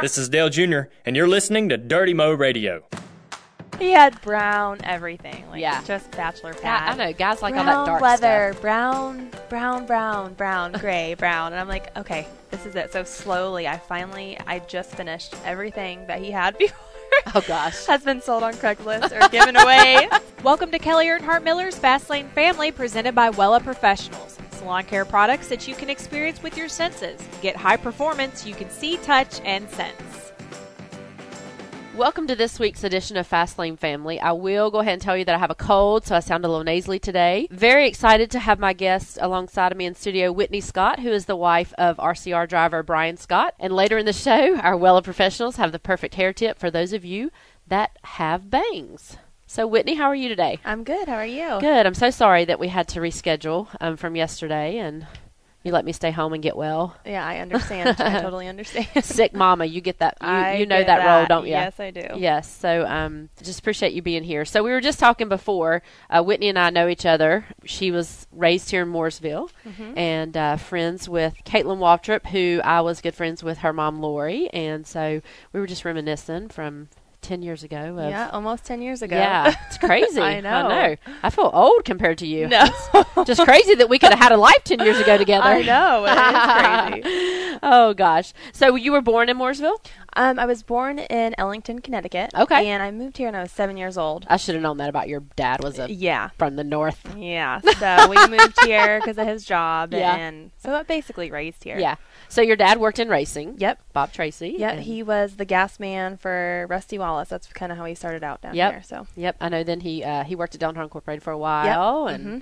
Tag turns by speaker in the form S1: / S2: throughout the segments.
S1: This is Dale Jr., and you're listening to Dirty Mo Radio.
S2: He had brown everything. Like,
S3: Yeah.
S2: Just bachelor pad.
S3: Yeah, I know. Guys like
S2: brown
S3: all that dark
S2: leather,
S3: stuff.
S2: brown, brown, brown, brown, gray, brown, and I'm like, okay, this is it. So slowly, I finally, I just finished everything that he had before.
S3: Oh, gosh.
S2: has been sold on Craigslist or given away.
S4: Welcome to Kelly Earnhardt Miller's Fastlane Family, presented by Wella Professionals, salon care products that you can experience with your senses. Get high performance you can see, touch, and sense.
S3: Welcome to this week's edition of Fast Lane Family. I will go ahead and tell you that I have a cold, so I sound a little nasally today. Very excited to have my guest alongside of me in studio, Whitney Scott, who is the wife of RCR driver Brian Scott. And later in the show, our well of professionals have the perfect hair tip for those of you that have bangs. So, Whitney, how are you today?
S2: I'm good. How are you?
S3: Good. I'm so sorry that we had to reschedule um, from yesterday, and you let me stay home and get well.
S2: Yeah, I understand. I totally understand.
S3: Sick mama, you get that. You,
S2: I
S3: you know
S2: get
S3: that, role, don't you?
S2: Yes, I do.
S3: Yes. So, um, just appreciate you being here. So, we were just talking before. Uh, Whitney and I know each other. She was raised here in Mooresville
S2: Mm-hmm.
S3: and uh, friends with Caitlin Waltrip, who I was good friends with her mom, Lori. And so, we were just reminiscing from 10 years ago. Of,
S2: Yeah, almost 10 years ago.
S3: Yeah, it's crazy.
S2: I know.
S3: I know. I feel old compared to you.
S2: No.
S3: just crazy that we could have had a life 10 years ago together.
S2: I know. Oh, It is crazy.
S3: Oh, gosh. So, you were born in Mooresville?
S2: Um, I was born in Ellington, Connecticut.
S3: Okay.
S2: And I moved here when I was seven years old.
S3: I should have known that about your dad was a,
S2: Yeah.
S3: from the north.
S2: Yeah. So Uh, we moved here because of his job.
S3: Yeah.
S2: And so I basically raised here.
S3: Yeah. So your dad worked in racing.
S2: Yep.
S3: Bob Tracy.
S2: Yep.
S3: and-
S2: He was the gas man for Rusty Wallace. That's kind of how he started out down
S3: Yep.
S2: here. So
S3: Yep. I know. Then he uh, he worked at Downtown Incorporated for a while, and
S2: Mm-hmm.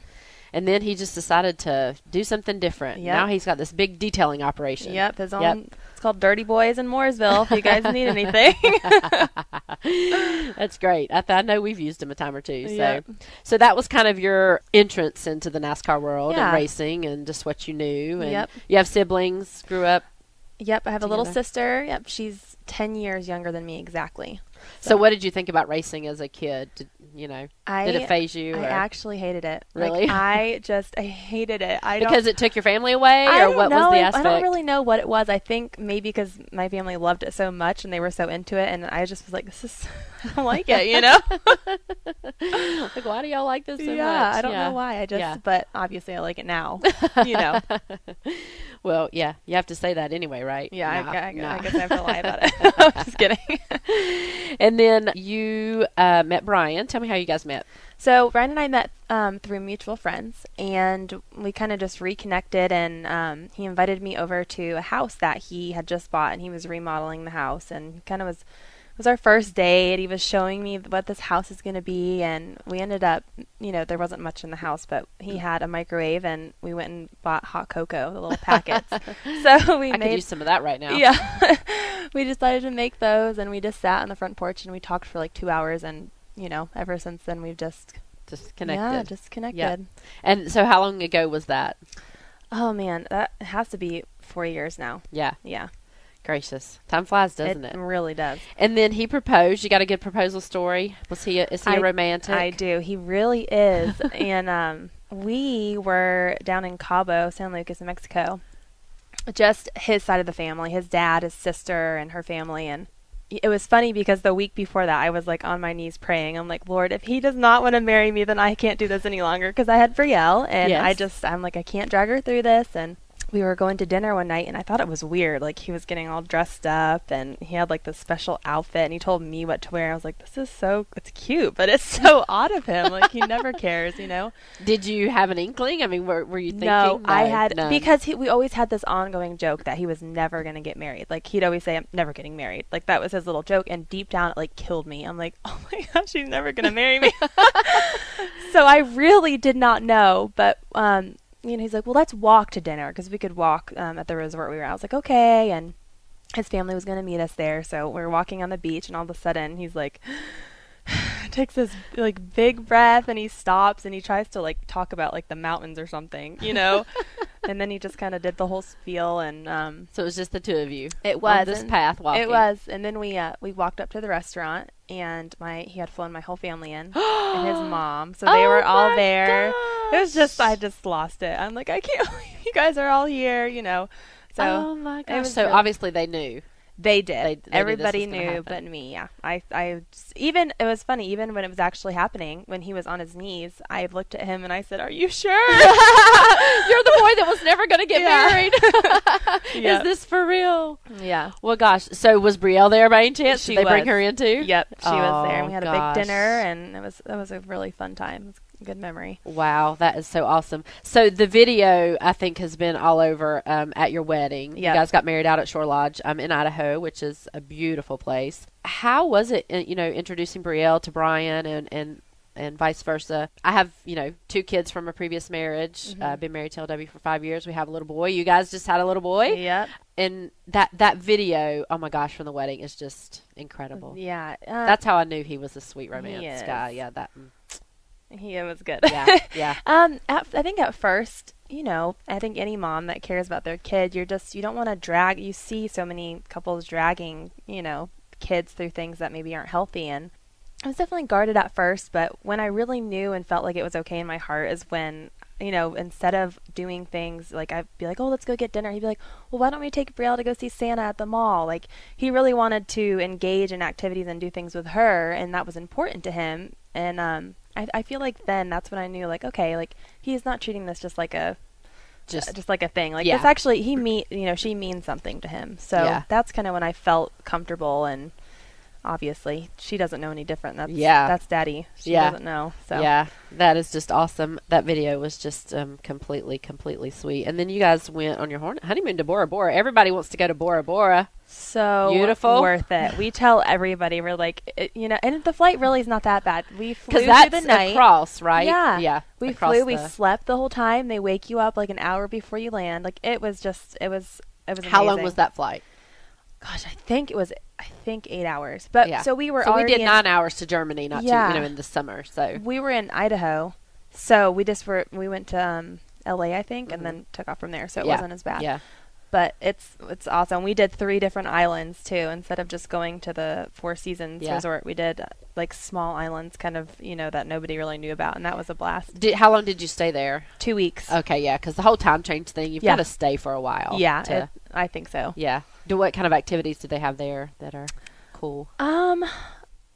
S3: and then he just decided to do something different.
S2: Yep.
S3: Now he's got this big detailing operation.
S2: Yep, his own.
S3: Yep.
S2: It's called Dirty Boys in Mooresville. If you guys need anything,
S3: That's great. I, th- I know we've used him a time or two. So
S2: Yep.
S3: so that was kind of your entrance into the NASCAR world
S2: Yeah.
S3: and racing and just what you knew. And
S2: Yep.
S3: You have siblings. Grew up.
S2: yep. I have a little
S3: Together.
S2: sister. Yep, she's ten years younger than me exactly.
S3: So, what did you think about racing as a kid? Did, you know,
S2: I
S3: did it phase you?
S2: I
S3: or-
S2: actually hated it.
S3: Really?
S2: Like, I just I hated it. I don't,
S3: because it took your family away,
S2: I
S3: or
S2: don't
S3: what
S2: know.
S3: was the
S2: I
S3: aspect?
S2: don't really know what it was. I think maybe because my family loved it so much and they were so into it, and I just was like, this is I don't like it. You know?
S3: Like, why do y'all like this so much?
S2: yeah. I don't know why. I just
S3: Yeah.
S2: but obviously I like it now. you know?
S3: Well, yeah, you have to say that anyway, right?
S2: Yeah.
S3: Nah,
S2: I, I,
S3: nah.
S2: I guess I have to lie about it. I'm just kidding.
S3: And then you uh, met Brian. Tell me how you guys met.
S2: So Ryan and I met um, through mutual friends, and we kind of just reconnected. And um, he invited me over to a house that he had just bought, and he was remodeling the house. And kind of was it was our first date. He was showing me what this house is going to be, and we ended up, you know, there wasn't much in the house, but he had a microwave, and we went and bought hot cocoa, the little packets. so we
S3: I could
S2: made
S3: use some of that right now.
S2: yeah. we decided to make those and we just sat on the front porch and we talked for like two hours and you know, ever since then we've just
S3: Just connected.
S2: Yeah, just connected.
S3: And so, how long ago was that?
S2: Oh man, that has to be four years now.
S3: Yeah,
S2: Yeah.
S3: gracious, time flies, doesn't it?
S2: really does.
S3: And then he proposed. You got a good proposal story. Was he? A, is he a
S2: I-
S3: romantic?
S2: I do. He really is. and um, we were down in Cabo, San Lucas, New Mexico. Just his side of the family, his dad, his sister, and her family. And it was funny because the week before that, I was like on my knees praying. I'm like, Lord, if he does not want to marry me, then I can't do this any longer because I had Brielle. And
S3: Yes.
S2: I just, I'm like, I can't drag her through this. And we were going to dinner one night and I thought it was weird. Like he was getting all dressed up and he had like this special outfit and he told me what to wear. I was like, this is so, it's cute, but it's so odd of him. Like he never cares, you know?
S3: Did you have an inkling? I mean, were, were you thinking?
S2: No, I had,
S3: none.
S2: because he, we always had this ongoing joke that he was never going to get married. Like he'd always say, I'm never getting married. Like that was his little joke. And deep down, it like killed me. I'm like, oh my gosh, he's never going to marry me. so I really did not know, but um, you know, he's like, well, let's walk to dinner because we could walk um, at the resort we were at. I was like, okay, and his family was going to meet us there, so we are walking on the beach, and all of a sudden, he's like. takes this like big breath and he stops and he tries to like talk about like the mountains or something you know and then he just kind of did the whole spiel and um
S3: So it was just the two of you.
S2: it
S3: on
S2: was
S3: this
S2: and-
S3: path walking.
S2: It was, and then we uh, we walked up to the restaurant, and my he had flown my whole family in, and his mom, so they
S3: Oh
S2: were all
S3: my
S2: there. It was just I just lost it. I'm like I can't believe you guys are all here, you know. So
S3: oh my
S2: it
S3: gosh!
S2: was
S3: So
S2: really-
S3: obviously they knew.
S2: They did.
S3: They- they knew this was
S2: Everybody
S3: gonna
S2: knew,
S3: happen.
S2: but me. Yeah, I, I just- even it was funny. Even when it was actually happening, when he was on his knees, I looked at him and I said, "Are you sure?"
S3: You're the boy that was never going to get
S2: Yeah.
S3: married.
S2: Yeah.
S3: Is this for real?
S2: yeah.
S3: Well, gosh. So was Brielle there by any chance?
S2: She
S3: Did they bring
S2: was.
S3: her in too?
S2: Yep, she was there,
S3: Oh,
S2: and we had a
S3: gosh.
S2: big dinner, and it was that was a really fun time. It was a good memory.
S3: Wow, that is so awesome. So the video, I think, has been all over um, at your wedding.
S2: Yep.
S3: You guys got married out at Shore Lodge um, in Idaho, which is a beautiful place. How was it, uh, you know, introducing Brielle to Brian and, and, and vice versa? I have, you know, two kids from a previous marriage.
S2: Mm-hmm.
S3: uh, been married to LW for five years. We have a little boy. You guys just had a little boy.
S2: Yep.
S3: And that, that video, oh my gosh, from the wedding is just incredible.
S2: Yeah. Uh,
S3: That's how I knew he was a sweet romance
S2: is.
S3: guy. Yeah, that. mm,
S2: he it was good.
S3: Yeah, yeah.
S2: Um, at, I think at first, you know, I think any mom that cares about their kid, you're just you don't want to drag. You see so many couples dragging, you know, kids through things that maybe aren't healthy, and I was definitely guarded at first. But when I really knew and felt like it was okay in my heart is when. You know, instead of doing things like I'd be like, "Oh, let's go get dinner," he'd be like, "Well, why don't we take Brielle to go see Santa at the mall?" Like he really wanted to engage in activities and do things with her, and that was important to him. And um, I, I feel like then that's when I knew like okay like he's not treating this just like a
S3: Just
S2: just like a thing like
S3: Yeah.
S2: it's actually he mean you know she means something to him so
S3: Yeah.
S2: that's kind of when I felt comfortable and obviously she doesn't know any different that's
S3: Yeah.
S2: that's daddy she
S3: Yeah.
S2: doesn't know so
S3: Yeah, that is just awesome. That video was just um, completely, completely sweet. And then you guys went on your horn- honeymoon to Bora Bora. Everybody wants to go to Bora Bora.
S2: so
S3: Beautiful.
S2: worth it we tell everybody we're like it, you know and the flight really is not that bad we flew
S3: Because
S2: through
S3: that's
S2: the night
S3: across, right?
S2: Yeah.
S3: Yeah.
S2: We
S3: across
S2: flew, we
S3: the-
S2: slept the whole time. They wake you up like an hour before you land. Like it was just it was it was
S3: How long
S2: amazing.
S3: was that flight?
S2: gosh, I think it was I think eight hours. But
S3: Yeah.
S2: Uh, so we were
S3: So we
S2: already
S3: did
S2: in-
S3: nine hours to Germany, not
S2: Yeah.
S3: to, you know, in the summer. So
S2: we were in Idaho, so we just were we went to um, L.A. I think, and then took off from there. So it
S3: Mm-hmm. Yeah.
S2: wasn't as bad.
S3: Yeah.
S2: But it's it's awesome. We did three different islands too. Instead of just going to the Four Seasons
S3: Yeah.
S2: resort, we did uh, like small islands, kind of you know that nobody really knew about, and that was a blast.
S3: Did, how long did you stay there?
S2: Two weeks.
S3: Okay, yeah, because the whole time change thing, you've
S2: Yeah.
S3: got to stay for a while.
S2: yeah,
S3: to-
S2: it- I think so.
S3: yeah. Do what kind of activities do they have there that are cool?
S2: Um,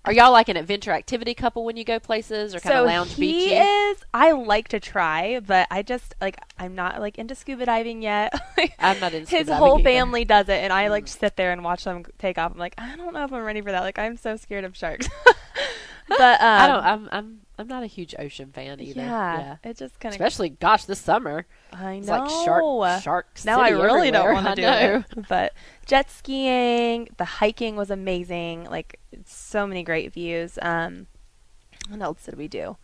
S3: Are y'all like an adventure activity couple when you go places, or kind of lounge
S2: he
S3: beachy?
S2: is. I like to try, but I just like I'm not like into scuba diving yet.
S3: I'm not into scuba
S2: His
S3: diving
S2: whole
S3: either. Mm.
S2: family does it, and I like sit there and watch them take off. I'm like, I don't know if I'm ready for that. Like I'm so scared of sharks. but um,
S3: I don't. I'm. I'm. I'm not a huge ocean fan either.
S2: Yeah,
S3: Yeah.
S2: it just kind of.
S3: Especially, gosh, this summer
S2: I know.
S3: it's like shark sharks.
S2: Now I really don't want
S3: want
S2: to do it. But jet skiing, the hiking was amazing. Like so many great views. Um, what else did we do?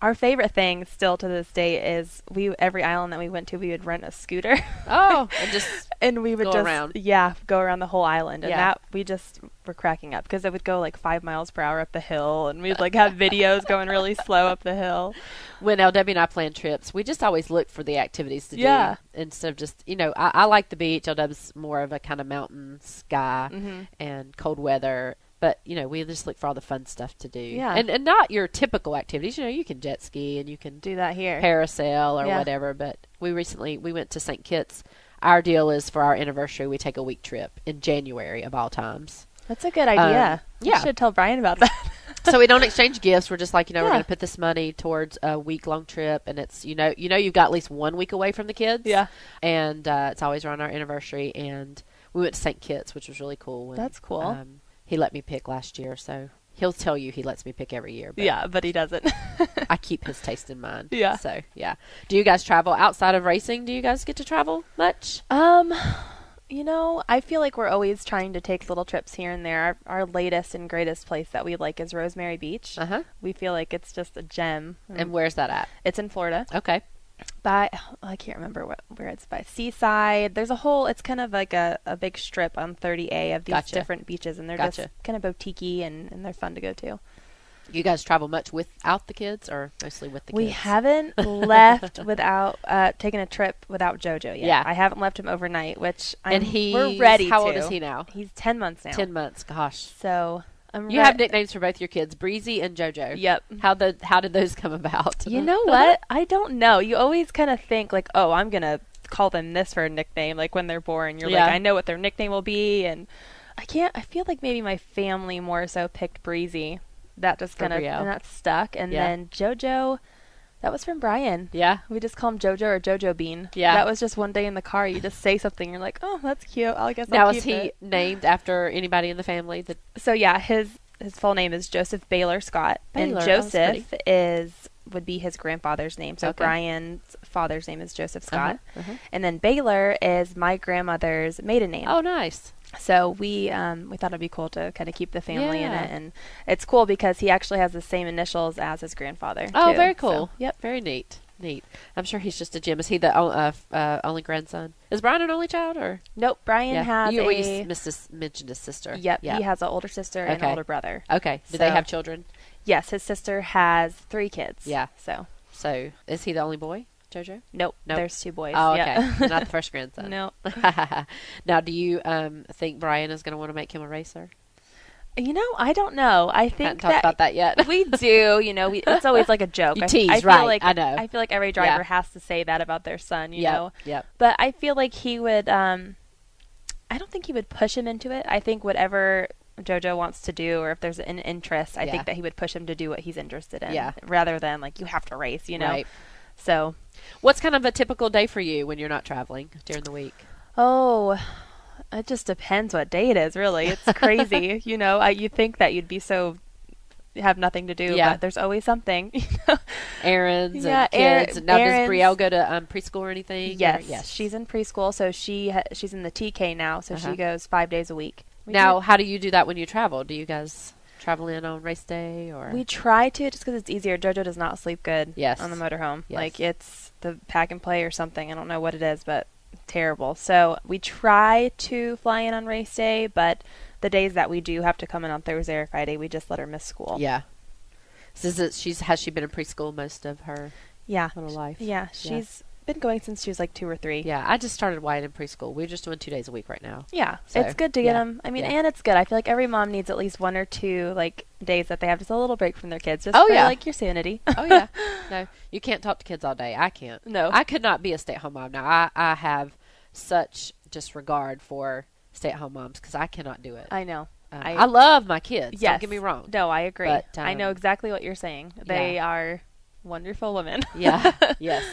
S2: Our favorite thing still to this day is we every island that we went to we would rent a scooter
S3: Oh, and just
S2: and we would
S3: Go
S2: just
S3: around.
S2: yeah go around the whole island and
S3: Yeah.
S2: that we just were cracking up because it would go like five miles per hour up the hill and we'd like have videos going really slow up the hill.
S3: when LW and I plan trips, we just always look for the activities to
S2: Yeah.
S3: do instead of just you know. I, I like the beach. LW's more of a kind of mountain sky
S2: Mm-hmm.
S3: and cold weather. But you know, we just look for all the fun stuff to do,
S2: Yeah.
S3: and and not your typical activities. You know, you can jet ski and you can
S2: Do that here.
S3: parasail or
S2: Yeah.
S3: whatever. But we recently we went to St. Kitts. Our deal is for our anniversary, we take a week trip in January of all times.
S2: That's a good idea.
S3: Um,
S2: You
S3: yeah.
S2: should tell Brian about that.
S3: so we don't exchange gifts. We're just like you know we're
S2: Yeah.
S3: going to put this money towards a week long trip, and it's you know you know you've got at least one week away from the kids.
S2: Yeah.
S3: and uh, it's always around our anniversary. And we went to St. Kitts, which was really cool. and,
S2: That's cool.
S3: Um, he let me pick last year, so he'll tell you he lets me pick every year. But
S2: yeah, but he doesn't.
S3: I keep his taste in mind.
S2: Yeah.
S3: So yeah. Do you guys travel outside of racing? Do you guys get to travel much?
S2: Um, you know, I feel like we're always trying to take little trips here and there. Our, our latest and greatest place that we like is Rosemary Beach.
S3: Uh-huh.
S2: We feel like it's just a gem. Mm.
S3: And where's that at?
S2: It's in Florida.
S3: Okay.
S2: By I can't remember what, where it's by seaside. There's a whole. It's kind of like a, a big strip on 30A of these
S3: Gotcha.
S2: different beaches, and they're
S3: Gotcha.
S2: just kind of boutiquey and and they're fun to go to.
S3: You guys travel much without the kids, or mostly with the
S2: we
S3: kids?
S2: haven't left without uh, taking a trip without JoJo yet.
S3: Yeah.
S2: I haven't left him overnight, which I'm,
S3: And he.
S2: we're ready.
S3: How old
S2: to.
S3: is he now?
S2: He's ten months now.
S3: Ten months. Gosh.
S2: So I'm.
S3: You
S2: re-
S3: have nicknames for both your kids, Breezy and JoJo.
S2: Yep.
S3: How the how did those come about?
S2: You know what? I don't know. You always kind of think like, oh, I'm gonna call them this for a nickname. Like when they're born, you're
S3: Yeah.
S2: like, I know what their nickname will be, and I can't. I feel like maybe my family more so picked Breezy. That just
S3: For
S2: kind of
S3: Brio.
S2: and that stuck. And
S3: Yeah.
S2: then JoJo, that was from Brian.
S3: Yeah.
S2: We just call him JoJo or JoJo Bean.
S3: Yeah.
S2: That was just one day in the car. You just say something. You're like, oh, that's cute. I guess
S3: Now
S2: I'll
S3: is
S2: keep
S3: he
S2: it."
S3: named after anybody in the family? That
S2: So yeah, his his full name is Joseph Baylor Scott,
S3: Baylor,
S2: and
S3: that was
S2: Joseph is would be his grandfather's name. So
S3: Okay.
S2: Brian's father's name is Joseph Scott,
S3: uh-huh.
S2: and then Baylor is my grandmother's maiden name.
S3: oh, nice.
S2: So we um, we thought it'd be cool to kind of keep the family
S3: Yeah.
S2: in it, and it's cool because he actually has the same initials as his grandfather.
S3: Oh,
S2: too.
S3: very
S2: So,
S3: cool.
S2: yep.
S3: very neat. Neat. I'm sure he's just a gem. Is he the o- uh, f- uh, only grandson? Is Brian an only child or?
S2: Nope. Brian has
S3: you,
S2: a
S3: well, you s- missed his, mentioned his sister.
S2: yep.
S3: Yeah.
S2: He has an older sister and an
S3: Okay.
S2: older brother.
S3: Okay. Do they
S2: So-
S3: have children?
S2: Yes, his sister has three kids.
S3: Yeah.
S2: So
S3: So is he the only boy, JoJo?
S2: nope.
S3: Nope.
S2: There's two boys.
S3: Oh, okay.
S2: Yeah.
S3: Not the first grandson.
S2: Nope.
S3: now, do you um, think Brian is going to want to make him a racer?
S2: You know, I don't know. I
S3: Haven't
S2: think
S3: talked
S2: that
S3: about that yet.
S2: we do. You know, we, it's always like a joke.
S3: You
S2: I-
S3: tease,
S2: I, feel
S3: right,
S2: Like,
S3: I know.
S2: I feel like every driver has to say that about their son. You
S3: Yep,
S2: know.
S3: Yep.
S2: But I feel like he would. Um, I don't think he would push him into it. I think whatever JoJo wants to do, or if there's an interest, I
S3: Yeah.
S2: think that he would push him to do what he's interested in,
S3: Yeah.
S2: rather than like you have to race. You know.
S3: Right.
S2: So,
S3: What's kind of a typical day for you when you're not traveling during the week?
S2: oh. It just depends what day it is, really. It's crazy, you know. I, you think that you'd be so have nothing to do,
S3: Yeah.
S2: but there's always something. You know?
S3: Errands
S2: Yeah,
S3: and
S2: er-
S3: kids. now, does
S2: errands.
S3: Brielle go to um, preschool or anything? or-
S2: Yes,
S3: yes.
S2: she's in preschool, so she ha- she's in the TK now, so
S3: Uh-huh.
S2: she goes five days a week. We
S3: now, how do you do that when you travel? Do you guys travel in on race day or?
S2: We try to just because it's easier. JoJo does not sleep good.
S3: Yes.
S2: on the motorhome,
S3: Yes.
S2: like it's the pack and play or something. I don't know what it is, but terrible. So we try to fly in on race day, but the days that we do have to come in on Thursday or Friday, we just let her miss school.
S3: yeah. So is it, she's has she been in preschool most of her
S2: yeah,
S3: little life?
S2: yeah. She's been going since she was like two or three.
S3: Yeah, I just started Wyatt in preschool. We're just doing two days a week right now.
S2: Yeah,
S3: So,
S2: it's good to get
S3: yeah,
S2: them. I mean,
S3: yeah.
S2: and it's good. I feel like every mom needs at least one or two like days that they have just a little break from their kids, just
S3: Oh,
S2: for
S3: yeah.
S2: like your sanity.
S3: Oh yeah, no, you can't talk to kids all day. I can't.
S2: No.
S3: I could not be a stay-at-home mom. Now I, I have such disregard for stay-at-home moms because I cannot do it.
S2: I know.
S3: Um,
S2: I-
S3: I love my kids.
S2: yes.
S3: Don't get me wrong.
S2: No, I agree.
S3: But,
S2: I know
S3: um,
S2: exactly what you're saying. They are wonderful women.
S3: Yeah. yes.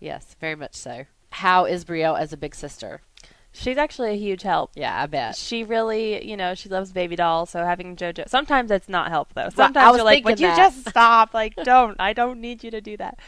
S3: Yes. Very much so. How is Brielle as a big sister?
S2: She's actually a huge help.
S3: Yeah, I bet.
S2: She really, you know, she loves baby dolls. So having JoJo, sometimes that's not help though.
S3: I
S2: Sometimes
S3: was
S2: you're like,
S3: thinking
S2: would you
S3: that."
S2: just stop? Like, don't. I don't need you to do that.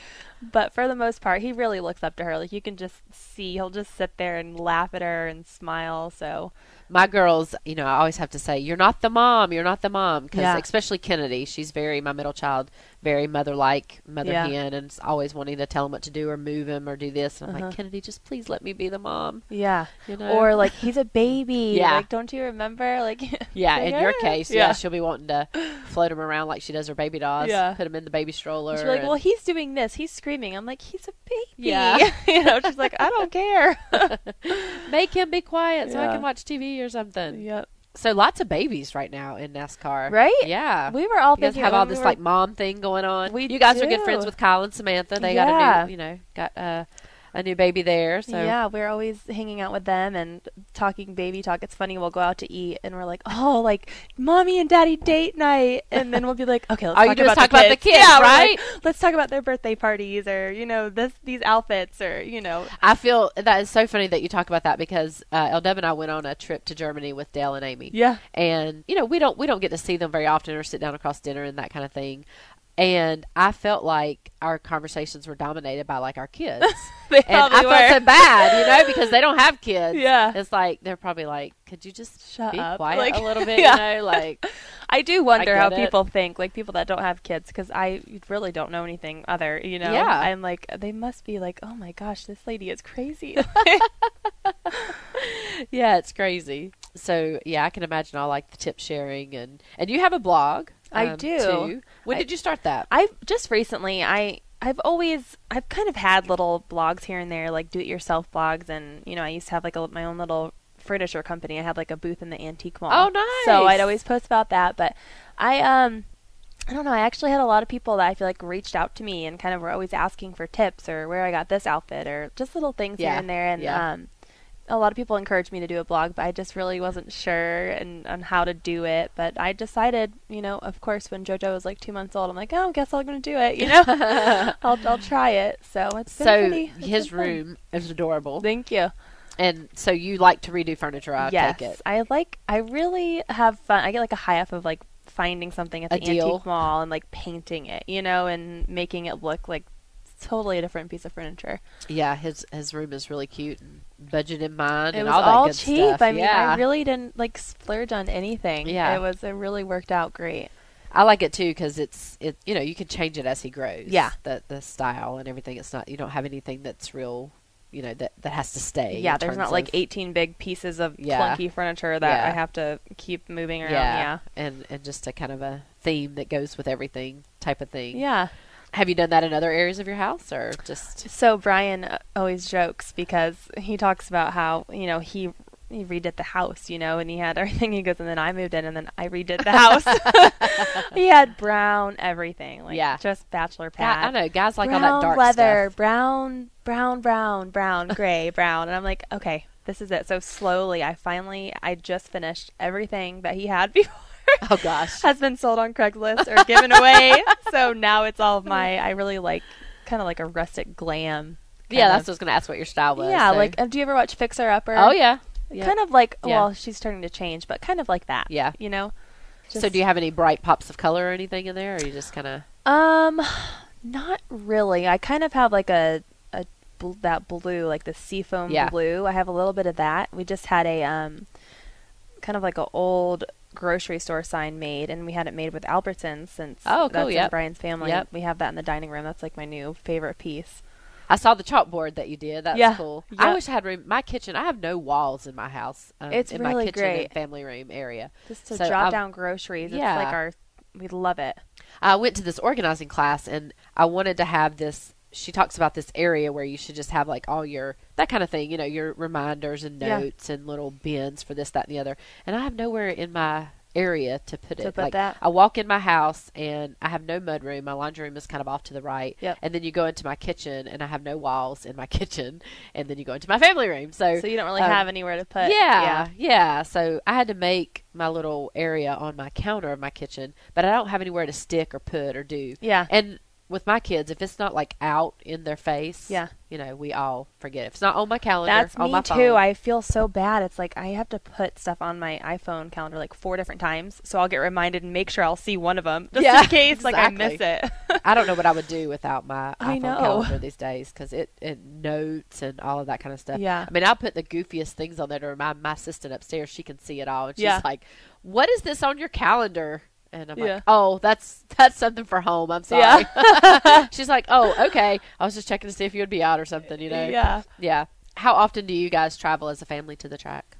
S2: But for the most part, he really looks up to her. Like you can just see, he'll just sit there and laugh at her and smile. So
S3: my girls, you know, I always have to say, you're not the mom, you're not the mom, because
S2: Yeah.
S3: especially Kennedy, she's very my middle child, very mother-like, mother
S2: Yeah.
S3: hen, and is always wanting to tell him what to do or move him or do this. And I'm like, Kennedy, just please let me be the mom,
S2: yeah,
S3: you know?
S2: or like he's a baby.
S3: Yeah.
S2: like don't you remember? Like
S3: yeah, in your case, yeah.
S2: Yeah.
S3: she'll be wanting to float him around like she does her baby dolls,
S2: Yeah.
S3: put him in the baby stroller.
S2: she's like,
S3: and-
S2: well, he's doing this. He's screaming. I'm like, he's a baby.
S3: Yeah.
S2: you know, she's like, I don't care.
S3: make him be quiet so I
S2: Yeah.
S3: can watch TV or something.
S2: yep.
S3: So lots of babies right now in NASCAR,
S2: Right?
S3: Yeah,
S2: We were all
S3: you guys
S2: thinking
S3: have
S2: when
S3: all
S2: we
S3: this
S2: were-
S3: like mom thing going on.
S2: We
S3: you guys are good
S2: do.
S3: friends with Kyle and Samantha. They got a
S2: Yeah.
S3: new, you know, got uh, a new baby there. So
S2: Yeah, we're always hanging out with them and talking baby talk. It's funny, we'll go out to eat and we're like, oh, like mommy and daddy date night. And then we'll be like, okay, let's
S3: All you
S2: talk,
S3: do is
S2: about,
S3: talk
S2: the
S3: about the kids,
S2: Yeah, we're like,
S3: right?
S2: let's talk about their birthday parties or, you know, this these outfits or, you know.
S3: I feel that is so funny that you talk about that because uh, L Deb and I went on a trip to Germany with Dale and Amy.
S2: Yeah.
S3: and you know we don't we don't get to see them very often or sit down across dinner and that kind of thing. And I felt like our conversations were dominated by like our kids.
S2: They
S3: and I
S2: probably
S3: felt
S2: were.
S3: so bad, you know, because they don't have kids.
S2: Yeah.
S3: it's like they're probably like, could you just
S2: Shut
S3: be
S2: up."
S3: quiet
S2: Like,
S3: a little bit,
S2: yeah.
S3: you know, like.
S2: I do wonder
S3: I
S2: how
S3: get it.
S2: people think, like people that don't have kids, because I really don't know anything other, you know?
S3: Yeah.
S2: I'm like, they must be like, oh my gosh, this lady is crazy.
S3: Yeah, it's crazy. So yeah, I can imagine all like the tip sharing and and you have a blog. um,
S2: I do.
S3: Too. When
S2: I-
S3: did you start that?
S2: I've just recently I I've always I've kind of had little blogs here and there like do it yourself blogs and you know I used to have like a, my own little furniture company. I had like a booth in the antique mall.
S3: Oh, nice.
S2: So I'd always post about that, but I um I don't know. I actually had a lot of people that I feel like reached out to me and kind of were always asking for tips or where I got this outfit or just little things
S3: Yeah,
S2: here and there and
S3: yeah.
S2: um a lot of people encouraged me to do a blog, but I just really wasn't sure and on how to do it. But I decided, you know, of course, when JoJo was like two months old, I'm like, oh, I guess I'm gonna do it. You know, I'll I'll try it. So it's been
S3: So
S2: pretty- it's
S3: his
S2: been fun.
S3: room is adorable,
S2: Thank you.
S3: and so you like to redo furniture. I
S2: yes,
S3: take it.
S2: I like. I really have fun. I get like a high off of like finding something at
S3: A
S2: the
S3: deal.
S2: antique mall and like painting it, you know, and making it look like totally a different piece of furniture.
S3: Yeah, his his room is really cute and budget in mind
S2: it
S3: and
S2: was
S3: all
S2: all,
S3: that good
S2: cheap.
S3: stuff.
S2: I mean,
S3: yeah.
S2: I really didn't like splurge on anything.
S3: Yeah.
S2: it was. It really worked out great.
S3: I like it too because it's it you know you can change it as he grows.
S2: Yeah.
S3: the the style and everything. It's not you don't have anything that's real. You know that that has to stay.
S2: yeah,
S3: in
S2: there's
S3: terms
S2: not like
S3: of-
S2: 18 big pieces of
S3: Yeah.
S2: clunky furniture that
S3: Yeah.
S2: I have to keep moving around.
S3: Yeah,
S2: Yeah.
S3: and and just a kind of a theme that goes with everything type of thing.
S2: Yeah.
S3: Have you done that in other areas of your house or just?
S2: So Brian uh, always jokes because he talks about how, you know, he he redid the house, you know, and he had everything. He goes, and then I moved in, and then I redid the house. he had brown everything, like
S3: Yeah.
S2: just bachelor
S3: Yeah,
S2: pad.
S3: I know guys like
S2: brown
S3: all that dark
S2: leather,
S3: stuff.
S2: brown, brown, brown, brown, gray, brown, and I'm like, okay, this is it. So slowly, I finally, I just finished everything that he had before.
S3: Oh gosh,
S2: has been sold on Craigslist or given away. so now it's all of my. I really like kind of like a rustic glam.
S3: yeah,
S2: kind
S3: that's
S2: of-
S3: what I was gonna ask what your style was.
S2: um, yeah.
S3: so-
S2: Like, uh, do you ever watch Fixer Upper?
S3: eh? oh yeah, yeah.
S2: Kind of like
S3: Yeah.
S2: well, she's starting to change, but kind of like that.
S3: Yeah.
S2: you know.
S3: so do you have any bright pops of color or anything in there, or you just kind of?
S2: Um, not really. I kind of have like a a bl- that blue, like the seafoam
S3: Yeah.
S2: blue. I have a little bit of that. We just had a um, kind of like a old grocery store sign made, and we had it made with Albertsons since
S3: Oh, cool,
S2: that's in
S3: yep.
S2: Brian's family.
S3: Yep.
S2: We have that in the dining room. That's like my new favorite piece.
S3: I saw the chalkboard that you did. That's
S2: Yeah,
S3: cool. I
S2: yeah.
S3: wish I had room. My kitchen. I have no walls in my house. Um,
S2: It's
S3: in my
S2: really
S3: kitchen and
S2: great.
S3: family room area.
S2: Just to
S3: So
S2: drop
S3: I've-
S2: down groceries.
S3: Yeah.
S2: It's like our we love it.
S3: I went to this organizing class and I wanted to have this. She talks about this area where you should just have like all your that kind of thing, you know, your reminders and
S2: Yeah.
S3: notes and little bins for this, that, and the other. And I have nowhere in my area to put it.
S2: put
S3: like
S2: that.
S3: I walk in my house and I have no mud room. My laundry room is kind of off to the right.
S2: Yep.
S3: And then you go into my kitchen and I have no walls in my kitchen. And then you go into my family room. So
S2: So you don't really
S3: um,
S2: have anywhere to put.
S3: yeah, yeah, So I had to make my little area on my counter of my kitchen, but I don't have anywhere to stick or put or do.
S2: Yeah.
S3: And with my kids, if it's not like out in their face,
S2: Yeah.
S3: you know, we all forget. If it's not on my calendar,
S2: That's
S3: on
S2: me
S3: my
S2: too.
S3: phone,
S2: I feel so bad. It's like I have to put stuff on my iPhone calendar like four different times, so I'll get reminded and make sure I'll see one of them just
S3: Yeah,
S2: in case like I miss it.
S3: I don't know what I would do without my
S2: I
S3: iPhone
S2: know.
S3: calendar these days because it, it notes and all of that kind of stuff.
S2: Yeah.
S3: I mean, I put the goofiest things on there to remind my assistant upstairs. She can see it all, and she's
S2: Yeah.
S3: like, "What is this on your calendar?" And I'm
S2: Yeah.
S3: like, "Oh, that's that's something for home. I'm sorry." she's like, "Oh, okay. I was just checking to see if you would be out or something." You know?
S2: Yeah.
S3: Yeah. How often do you guys travel as a family to the track?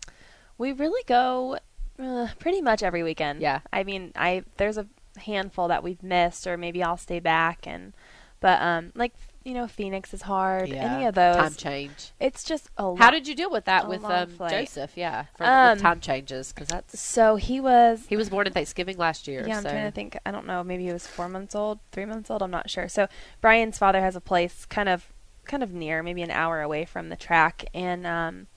S2: We really go uh, pretty much every weekend.
S3: Yeah.
S2: I mean, I there's a handful that we've missed, or maybe I'll stay back and, but um, like you know, Phoenix is hard. Any of those.
S3: time change?
S2: it's just a lot.
S3: How did you deal with that
S2: a
S3: with
S2: long
S3: um,
S2: flight.
S3: Joseph? Yeah, for
S2: Um,
S3: with time changes because that's
S2: so he was
S3: He was born in Thanksgiving last year.
S2: Yeah, I'm
S3: so.
S2: trying to think. I don't know. Maybe he was four months old, three months old. I'm not sure. So Brian's father has a place kind of, kind of near, maybe an hour away from the track, and um,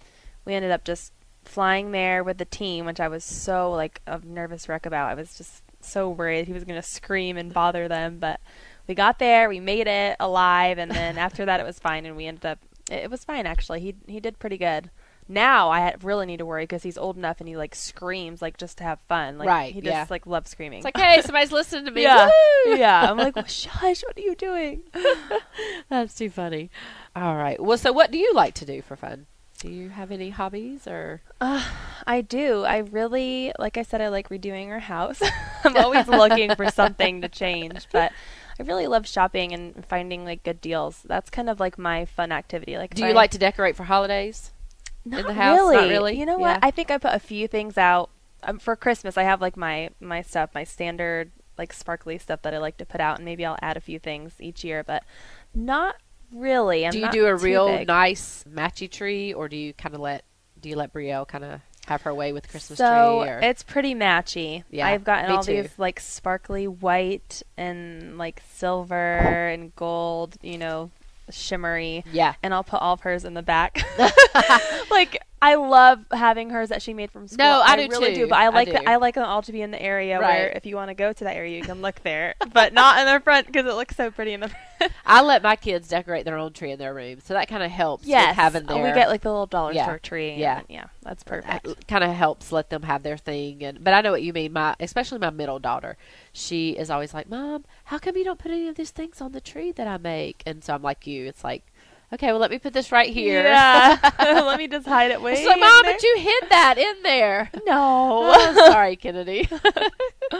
S2: we ended up just flying there with the team, which I was so like a nervous wreck about. I was just so worried he was gonna scream and bother them, but we got there, we made it alive, and then after that it was fine, and we ended up. It it was fine actually. He he did pretty good. Now I ha- really need to worry because he's old enough and he like screams like just to have fun. Like
S3: Right,
S2: he just
S3: yeah.
S2: like loves screaming.
S3: It's like, hey, somebody's listening to me.
S2: yeah,
S3: Woo!
S2: yeah. I'm like, well, shush, what are you doing?
S3: That's too funny. All right. Well, so what do you like to do for fun? Do you have any hobbies or?
S2: I do. I really, like I said, I like redoing our house. I'm always looking for something to change, but I really love shopping and finding like good deals. That's kind of like my fun activity. Like,
S3: Do
S2: if
S3: you
S2: I-
S3: like to decorate for holidays?
S2: Not
S3: the house? Not
S2: Really.
S3: really?
S2: You know what?
S3: Yeah.
S2: I think I put a few things out um, for Christmas. I have like my my stuff, my standard like sparkly stuff that I like to put out, and maybe I'll add a few things each year, but not really. I'm
S3: do you
S2: not
S3: do a
S2: too
S3: real
S2: big.
S3: nice matchy tree, or do you kind of let do you let Brielle kind of have her way with Christmas
S2: so
S3: tree? Or?
S2: it's pretty matchy.
S3: Yeah,
S2: I've gotten
S3: me
S2: all
S3: too.
S2: these like sparkly white and like silver and gold, you know, shimmery.
S3: yeah.
S2: And I'll put all of hers in the back. like I love having hers that she made from school.
S3: No, I do
S2: really
S3: too.
S2: do. But I
S3: I
S2: like
S3: do.
S2: The, I like them all to be in the area where
S3: Right.
S2: if you want to go to that area, you can look there, but not in the front because it looks so pretty in the front.
S3: I let my kids decorate their own tree in their room, so that kind of helps. with having
S2: Oh,
S3: their
S2: we get like the little dollar
S3: Yeah.
S2: store tree. and-
S3: Yeah.
S2: yeah, that's perfect.
S3: kind of helps let them have their thing and but i know what you mean my especially my middle daughter she is always like mom how come you don't put any of these things on the tree that i make and so i'm like you it's like okay well let me put this right here
S2: Yeah, let me just hide it. Wait,
S3: it's like mom but you hid that in there
S2: no.
S3: oh, sorry kennedy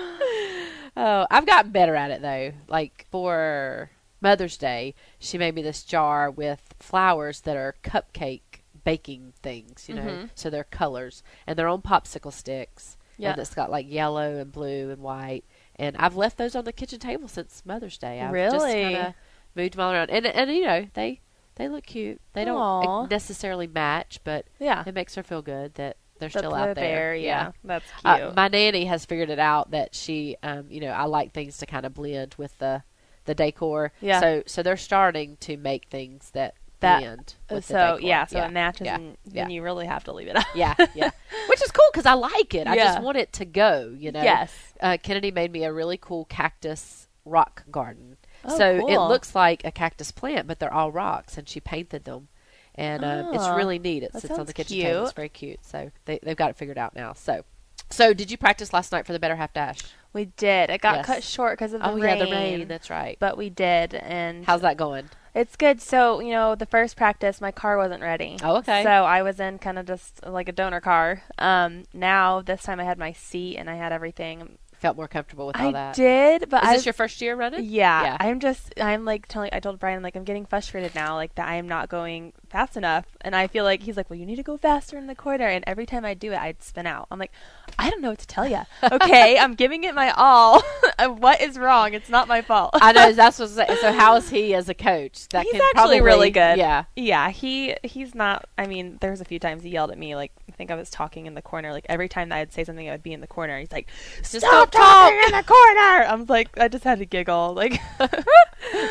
S3: oh i've gotten better at it though like for mother's day she made me this jar with flowers that are cupcake baking things you know
S2: Mhm.
S3: so they're colors and they're on popsicle sticks
S2: Yeah.
S3: and that's got like yellow and blue and white and i've left those on the kitchen table since mother's day i've just
S2: Really?
S3: kind of moved them all around and and you know they they look cute they don't
S2: Aw.
S3: necessarily match but
S2: yeah,
S3: it makes her feel good that they're
S2: the
S3: still
S2: blue
S3: out there
S2: bear, Yeah, that's
S3: uh,
S2: cute.
S3: my nanny has figured it out that she, um, you know, I like things to kind of blend with the the decor.
S2: Yeah.
S3: So so they're starting to make things that,
S2: That-
S3: blend.
S2: Uh,
S3: With the
S2: so
S3: decor.
S2: yeah, so
S3: yeah.
S2: it matches,
S3: yeah,
S2: and
S3: yeah.
S2: then you really have to leave it out.
S3: yeah, yeah. Which is cool because I like it. I just
S2: Yeah.
S3: want it to go. You know.
S2: Yes.
S3: Uh, Kennedy made me a really cool cactus rock garden.
S2: Oh,
S3: so it
S2: cool.
S3: looks like a cactus plant, but they're all rocks, and she painted them. And um, it's
S2: Oh,
S3: really neat. It
S2: that
S3: sits on the
S2: sounds
S3: kitchen table. It's
S2: cute.
S3: very cute. So they, they've got it figured out now. So, so did you practice last night for the better half dash?
S2: We did. It got
S3: Yes.
S2: cut short because of the
S3: oh
S2: rain.
S3: yeah, the rain. That's right.
S2: But we did, and
S3: How's that going?
S2: it's good. So you know, the first practice, my car wasn't ready.
S3: Oh, okay.
S2: So I was in kind of just like a donor car. Um, now this time I had my seat and I had everything.
S3: Felt more comfortable with all
S2: I
S3: that. Is
S2: did, but I
S3: this your first year running?
S2: yeah,
S3: Yeah.
S2: I'm just I'm like telling I told Brian I'm like I'm getting frustrated now like that I am not going fast enough and I feel like he's like well you need to go faster in the corner and every time I do it I'd spin out. I'm like I don't know what to tell you. Okay, I'm giving it my all. Uh, what is wrong? It's not my fault.
S3: I know that's what. I'm saying. So how is he as a coach? That
S2: he's
S3: can
S2: actually
S3: probably-
S2: really good.
S3: Yeah.
S2: yeah. He he's not. I mean, there was a few times he yelled at me. Like I think I was talking in the corner. Like every time that I'd say something, I would be in the corner. He's like,
S3: Just don't
S2: "Stop
S3: talk."
S2: talking in the corner!" I'm like, I just had to giggle. Like,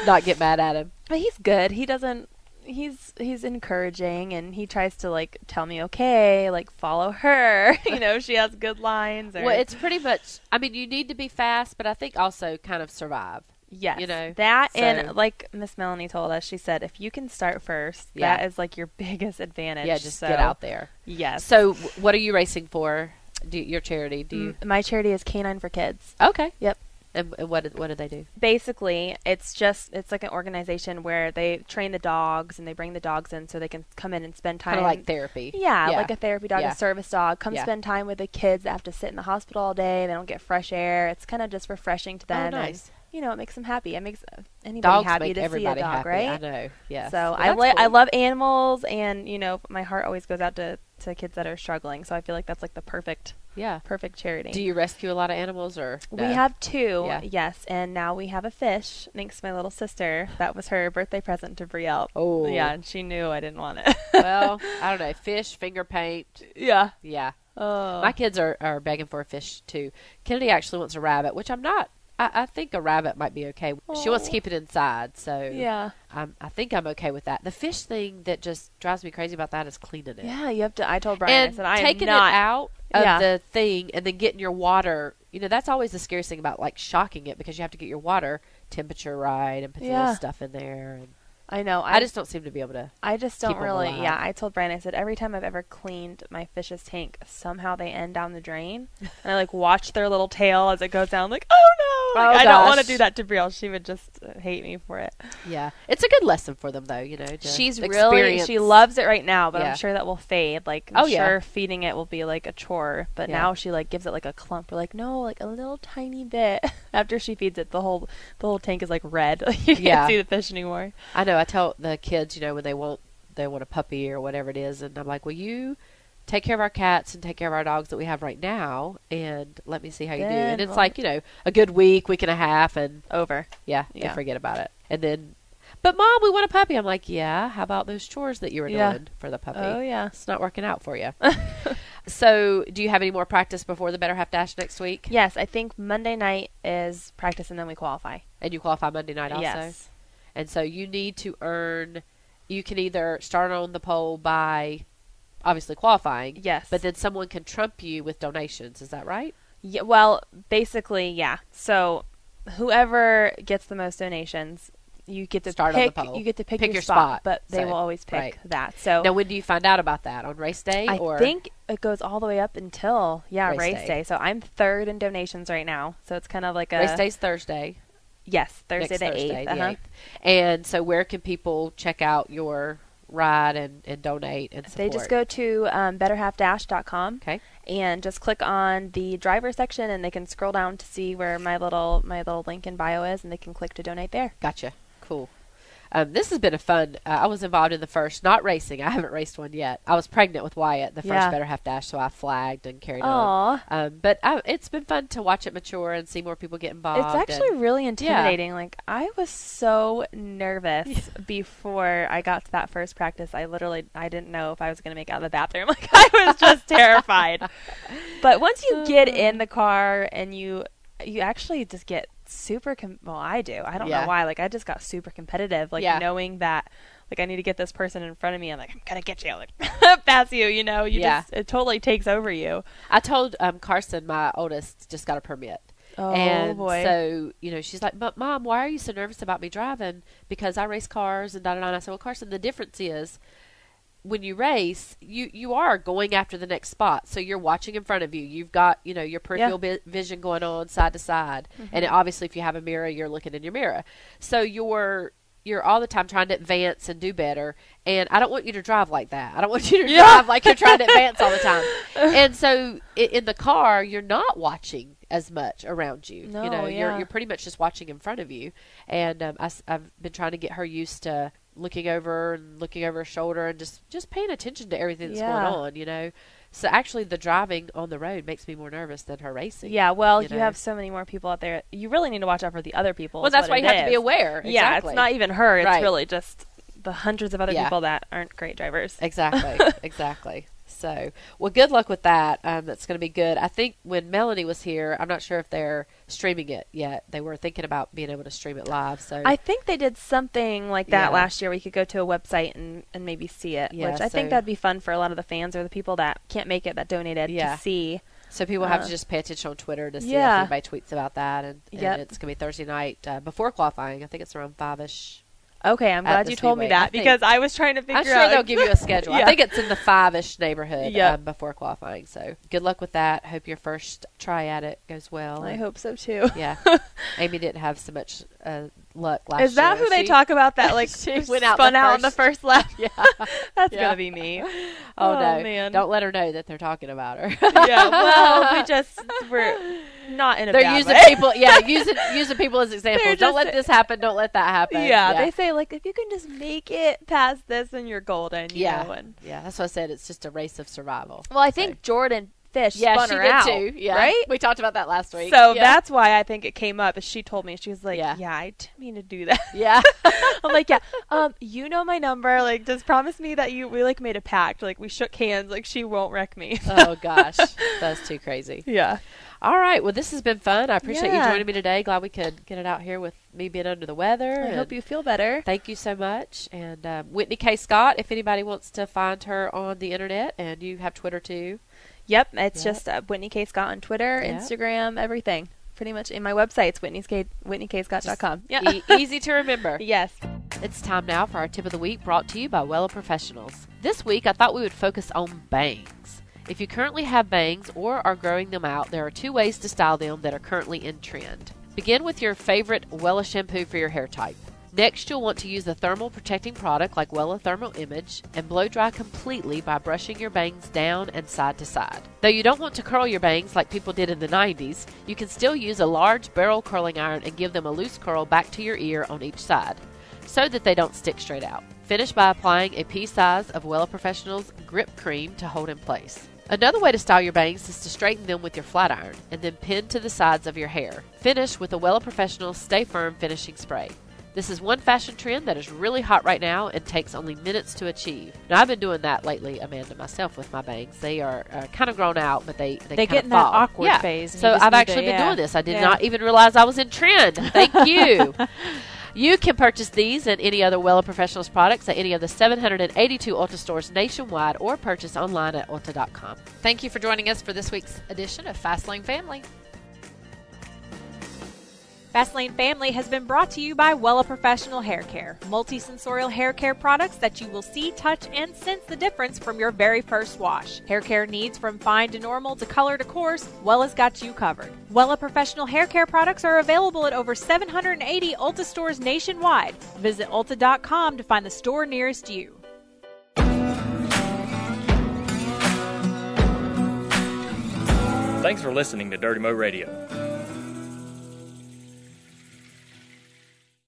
S3: Not get mad at him.
S2: but he's good. He doesn't. He's he's encouraging, and he tries to like tell me, "Okay, like follow her." you know, she has good lines. Or,
S3: Well, it's pretty much. I mean, you need to be fast, but I think also kind of survive.
S2: Yes,
S3: you know,
S2: that
S3: so-
S2: and like Miss Melanie told us, she said if you can start first,
S3: Yeah.
S2: that is like your biggest advantage.
S3: yeah, just
S2: so,
S3: get out there.
S2: Yes.
S3: So, w- what are you racing for? Do your charity? Do you?
S2: Mm, My charity is Canine for Kids.
S3: Okay.
S2: Mm. Yep.
S3: And, and what did- what do they do?
S2: Basically, it's just it's like an organization where they train the dogs and they bring the dogs in so they can come in and spend time
S3: Kind of like therapy.
S2: Yeah, like a therapy dog,
S3: Yeah.
S2: a service dog. Come
S3: Yeah.
S2: spend time with the kids that have to sit in the hospital all day. They don't get fresh air. It's kind of just refreshing to them. and,
S3: Oh, nice.
S2: you know, it makes them happy. It makes uh, anybody
S3: Dogs
S2: happy
S3: make
S2: to
S3: everybody
S2: see a dog,
S3: happy.
S2: right?
S3: I know. Yes.
S2: So
S3: Well,
S2: I
S3: that's
S2: li- I
S3: cool.
S2: love animals, and you know, my heart always goes out to to kids that are struggling. So I feel like that's like the perfect
S3: Yeah.
S2: perfect charity.
S3: Do you rescue a lot of animals or
S2: We
S3: no?
S2: have two,
S3: Yeah.
S2: yes, and now we have a fish. Thanks to my little sister. That was her birthday present to Brielle.
S3: Oh.
S2: yeah, and she knew I didn't want it.
S3: well, I don't know. Fish, finger paint.
S2: yeah.
S3: Yeah.
S2: Oh.
S3: My kids are, are begging for a fish too. Kennedy actually wants a rabbit, which I'm not. I, I think a rabbit might be okay. She wants to
S2: Oh.
S3: keep it inside, so
S2: yeah.
S3: I'm, I think I'm okay with that. The fish thing that just drives me crazy about that is cleaning it.
S2: Yeah, you have to. I told Brian.
S3: and
S2: I said I
S3: taking
S2: am not.
S3: it out of
S2: Yeah.
S3: the thing and then getting your water. You know, that's always the scariest thing about like shocking it because you have to get your water temperature right and put the
S2: Yeah.
S3: little stuff in there. And
S2: I know.
S3: I
S2: I,
S3: just don't seem to be able to.
S2: I just
S3: keep
S2: don't
S3: 'em
S2: really.
S3: alive.
S2: Yeah, I told Brian. I said every time I've ever cleaned my fish's tank, somehow they end down the drain, and I like watch their little tail as it goes down. I'm like, oh no!
S3: Oh,
S2: Like, I don't want to
S3: gosh.
S2: do that to Brielle. She would just uh, hate me for it.
S3: Yeah, it's a good lesson for them though. You know, to
S2: She's really
S3: experience.
S2: she loves it right now, but
S3: Yeah.
S2: I'm sure that will fade. Like
S3: Oh,
S2: I'm
S3: yeah.
S2: sure feeding it will be like a chore, but
S3: Yeah.
S2: now she like gives it like a clump. We're like, no, like a little tiny bit. After she feeds it, the whole the whole tank is like red. you can't
S3: Yeah.
S2: see the fish anymore.
S3: I know. I tell the kids, you know, when they want they want a puppy or whatever it is, and I'm like, "Will you take care of our cats and take care of our dogs that we have right now, and let me see how you do."
S2: Then
S3: And it's
S2: we'll-
S3: like, you know, a good week, week and a half, and
S2: Over.
S3: yeah, they
S2: Yeah.
S3: forget about it. And then, but mom, we want a puppy. I'm like, yeah. How about those chores that you were
S2: Yeah.
S3: doing for the puppy?
S2: Oh yeah.
S3: It's not working out for you. so, do you have any more practice before the Better Half Dash next week?
S2: Yes, I think Monday night is practice and then we qualify.
S3: And you qualify Monday night also.
S2: Yes.
S3: And so you need to earn. You can either start on the pole by obviously qualifying.
S2: Yes.
S3: But then someone can trump you with donations. Is that right?
S2: Yeah, well, basically, yeah. So whoever gets the most donations, you get to
S3: Start on the
S2: pick.
S3: poll.
S2: You get to pick,
S3: Pick
S2: your,
S3: your spot,
S2: spot, but they
S3: so,
S2: will always pick
S3: right.
S2: that. So
S3: Now, when do you find out about that? On race day?
S2: I
S3: or
S2: think it goes all the way up until yeah
S3: Race
S2: race,
S3: day.
S2: day. So I'm third in donations right now. So it's kind of like a
S3: race day's Thursday.
S2: yes uh, Thursday
S3: next
S2: the
S3: Thursday,
S2: eighth.
S3: the
S2: uh-huh.
S3: 8th. And so, where can people check out your ride and, and donate and support?
S2: They just go to um, betterhalfdash.com
S3: Okay.
S2: and just click on the driver section, and they can scroll down to see where my little my little link in bio is, and they can click to donate there.
S3: Gotcha. Cool. Um, this has been a fun. Uh, I was involved in the first, not racing. I haven't raced one yet. I was pregnant with Wyatt the first
S2: Yeah.
S3: better half dash, so I flagged and carried on.
S2: Aw.
S3: Um, but I, it's been fun to watch it mature and see more people get involved.
S2: It's actually
S3: and-
S2: really intimidating. Like I was so nervous before I got to that first practice. I literally I didn't know if I was going to make it out of the bathroom. Like I was just terrified. But once you
S3: Uh.
S2: get in the car and you you actually just get super com- well I do. I don't
S3: Yeah.
S2: know why. Like I just got super competitive like
S3: Yeah.
S2: knowing that like I need to get this person in front of me. I'm like I'm going to get you. Like pass you, you know. You
S3: Yeah.
S2: just it totally takes over you.
S3: I told um, Carson, my oldest, just got a permit.
S2: Oh,
S3: and
S2: boy.
S3: so, you know, she's like, but mom, why are you so nervous about me driving? Because I race cars and da da da. And I said, well, Carson, the difference is when you race, you, you are going after the next spot. So you're watching in front of you. You've got, you know, your peripheral vi- vision going on side to side.
S2: Mm-hmm.
S3: And obviously, if you have a mirror, you're looking in your mirror. So you're, you're all the time trying to advance and do better. And I don't want you to drive like that. I don't want you to drive like you're trying to advance all the time. And so i- in the car, you're not watching as much around you. you
S2: No,
S3: know, you're,
S2: yeah.
S3: you're pretty much just watching in front of you. And um, I, have been trying to get her used to looking over and looking over her shoulder and just, just paying attention to everything that's
S2: Yeah.
S3: going on, you know. So actually, the driving on the road makes me more nervous than her racing.
S2: Yeah, well,
S3: you
S2: you,
S3: know.
S2: have so many more people out there. You really need to watch out for the other people.
S3: Well,
S2: is
S3: that's
S2: what
S3: why
S2: it
S3: you have to be
S2: is.
S3: aware.
S2: Yeah,
S3: exactly.
S2: it's not even her. It's
S3: Right.
S2: really just the hundreds of other
S3: Yeah.
S2: people that aren't great drivers.
S3: Exactly, exactly. So, well, good luck with that. Um, that's going to be good. I think when Melanie was here, I'm not sure if they're streaming it yet. They were thinking about being able to stream it live. So,
S2: I think they did something like that
S3: Yeah.
S2: last year where you could go to a website and, and maybe see it,
S3: Yeah,
S2: which I
S3: so-
S2: think that'd be fun for a lot of the fans or the people that can't make it that donated
S3: Yeah.
S2: to see.
S3: so people have to
S2: uh,
S3: just pay attention on Twitter to see
S2: yeah.
S3: if anybody tweets about that. And, and
S2: Yep.
S3: it's going to be Thursday night uh, before qualifying. I think it's around five ish.
S2: Okay, I'm
S3: At
S2: glad
S3: the
S2: you told me
S3: Speedway, I
S2: that
S3: think.
S2: because I was trying to figure
S3: I'm sure
S2: out.
S3: they'll give you a schedule. I
S2: Yeah.
S3: think it's in the five ish neighborhood
S2: Yep.
S3: um, before qualifying. So, good luck with that. Hope your first try at it goes well.
S2: I
S3: And-
S2: hope so too.
S3: Yeah, Amy didn't have so much uh, luck last year.
S2: Is that who they
S3: She-
S2: talk about that like
S3: She
S2: spun
S3: went out
S2: out,
S3: the
S2: on the
S3: first-
S2: first lap?
S3: Yeah.
S2: That's
S3: Yeah.
S2: gonna be me.
S3: Oh,
S2: Oh,
S3: no!
S2: man.
S3: Don't let her know that they're talking about her.
S2: yeah. Well, we just we're not in a.
S3: they're
S2: bad
S3: using
S2: way.
S3: people. Yeah, using using people as
S2: They're
S3: examples. Don't
S2: just-
S3: let this happen. Don't let that happen.
S2: Yeah,
S3: yeah.
S2: they say like if you can just make it past this, then you're golden. You
S3: yeah.
S2: Know? And,
S3: Yeah, that's what I said. It's just a race of survival.
S2: well, I think Jordan Fish
S3: Yeah,
S2: spun
S3: she
S2: her
S3: did
S2: out,
S3: too. Yeah,
S2: right?
S3: We talked about that last week.
S2: So
S3: yeah.
S2: that's why I think it came up. Is she told me she was like,
S3: Yeah.
S2: "Yeah, I didn't mean to do that."
S3: yeah,
S2: I'm like, "Yeah, um, you know my number. Like, just promise me that you we like made a pact. Like, we shook hands. Like, she won't wreck me."
S3: oh gosh, that's too crazy.
S2: yeah.
S3: All right, well, this has been fun. I appreciate you
S2: Yeah.
S3: joining me today. Glad we could get it out here with me being under the weather.
S2: I
S3: and-
S2: hope you feel better.
S3: Thank you so much. And um, Whitney K. Scott, if anybody wants to find her on the internet, and you have Twitter too.
S2: Yep, it's
S3: Yep.
S2: just uh, Whitney K Scott on Twitter,
S3: Yep.
S2: Instagram, everything. Pretty much in my website, it's Whitney's K, WhitneyKScott.com. Yeah.
S3: E- easy to remember.
S2: yes.
S3: It's time now for our tip of the week brought to you by Wella Professionals. This week, I thought we would focus on bangs. If you currently have bangs or are growing them out, there are two ways to style them that are currently in trend. Begin with your favorite Wella shampoo for your hair type. Next, you'll want to use a thermal protecting product like Wella Thermal Image and blow dry completely by brushing your bangs down and side to side. Though you don't want to curl your bangs like people did in the 90s, you can still use a large barrel curling iron and give them a loose curl back to your ear on each side so that they don't stick straight out. Finish by applying a pea size of Wella Professionals grip cream to hold in place. Another way to style your bangs is to straighten them with your flat iron and then pin to the sides of your hair. Finish with a Wella Professional Stay Firm finishing spray. This is one fashion trend that is really hot right now and takes only minutes to achieve. Now I've been doing that lately, Amanda, myself with my bangs. They are uh, kind of grown out, but they they,
S4: They
S3: kind
S4: get
S3: of
S4: in that
S3: fall.
S4: awkward
S3: Yeah.
S4: phase and
S3: So
S4: you just
S3: I've
S4: need
S3: actually
S4: to-
S3: been
S4: yeah.
S3: doing this. I did
S4: Yeah.
S3: not even realize I was in trend. Thank you. You can purchase these and any other Wella Professionals products at any of the 782 Ulta stores nationwide or purchase online at Ulta.com. Thank you for joining us for this week's edition of Fastlane Family.
S4: Fastlane Family has been brought to you by Wella Professional Hair Care, multisensorial hair care products that you will see, touch, and sense the difference from your very first wash. Hair care needs from fine to normal to color to coarse, Wella's got you covered. Wella Professional Hair Care products are available at over 780 Ulta stores nationwide. Visit Ulta.com to find the store nearest you.
S1: Thanks for listening to Dirty Mo Radio.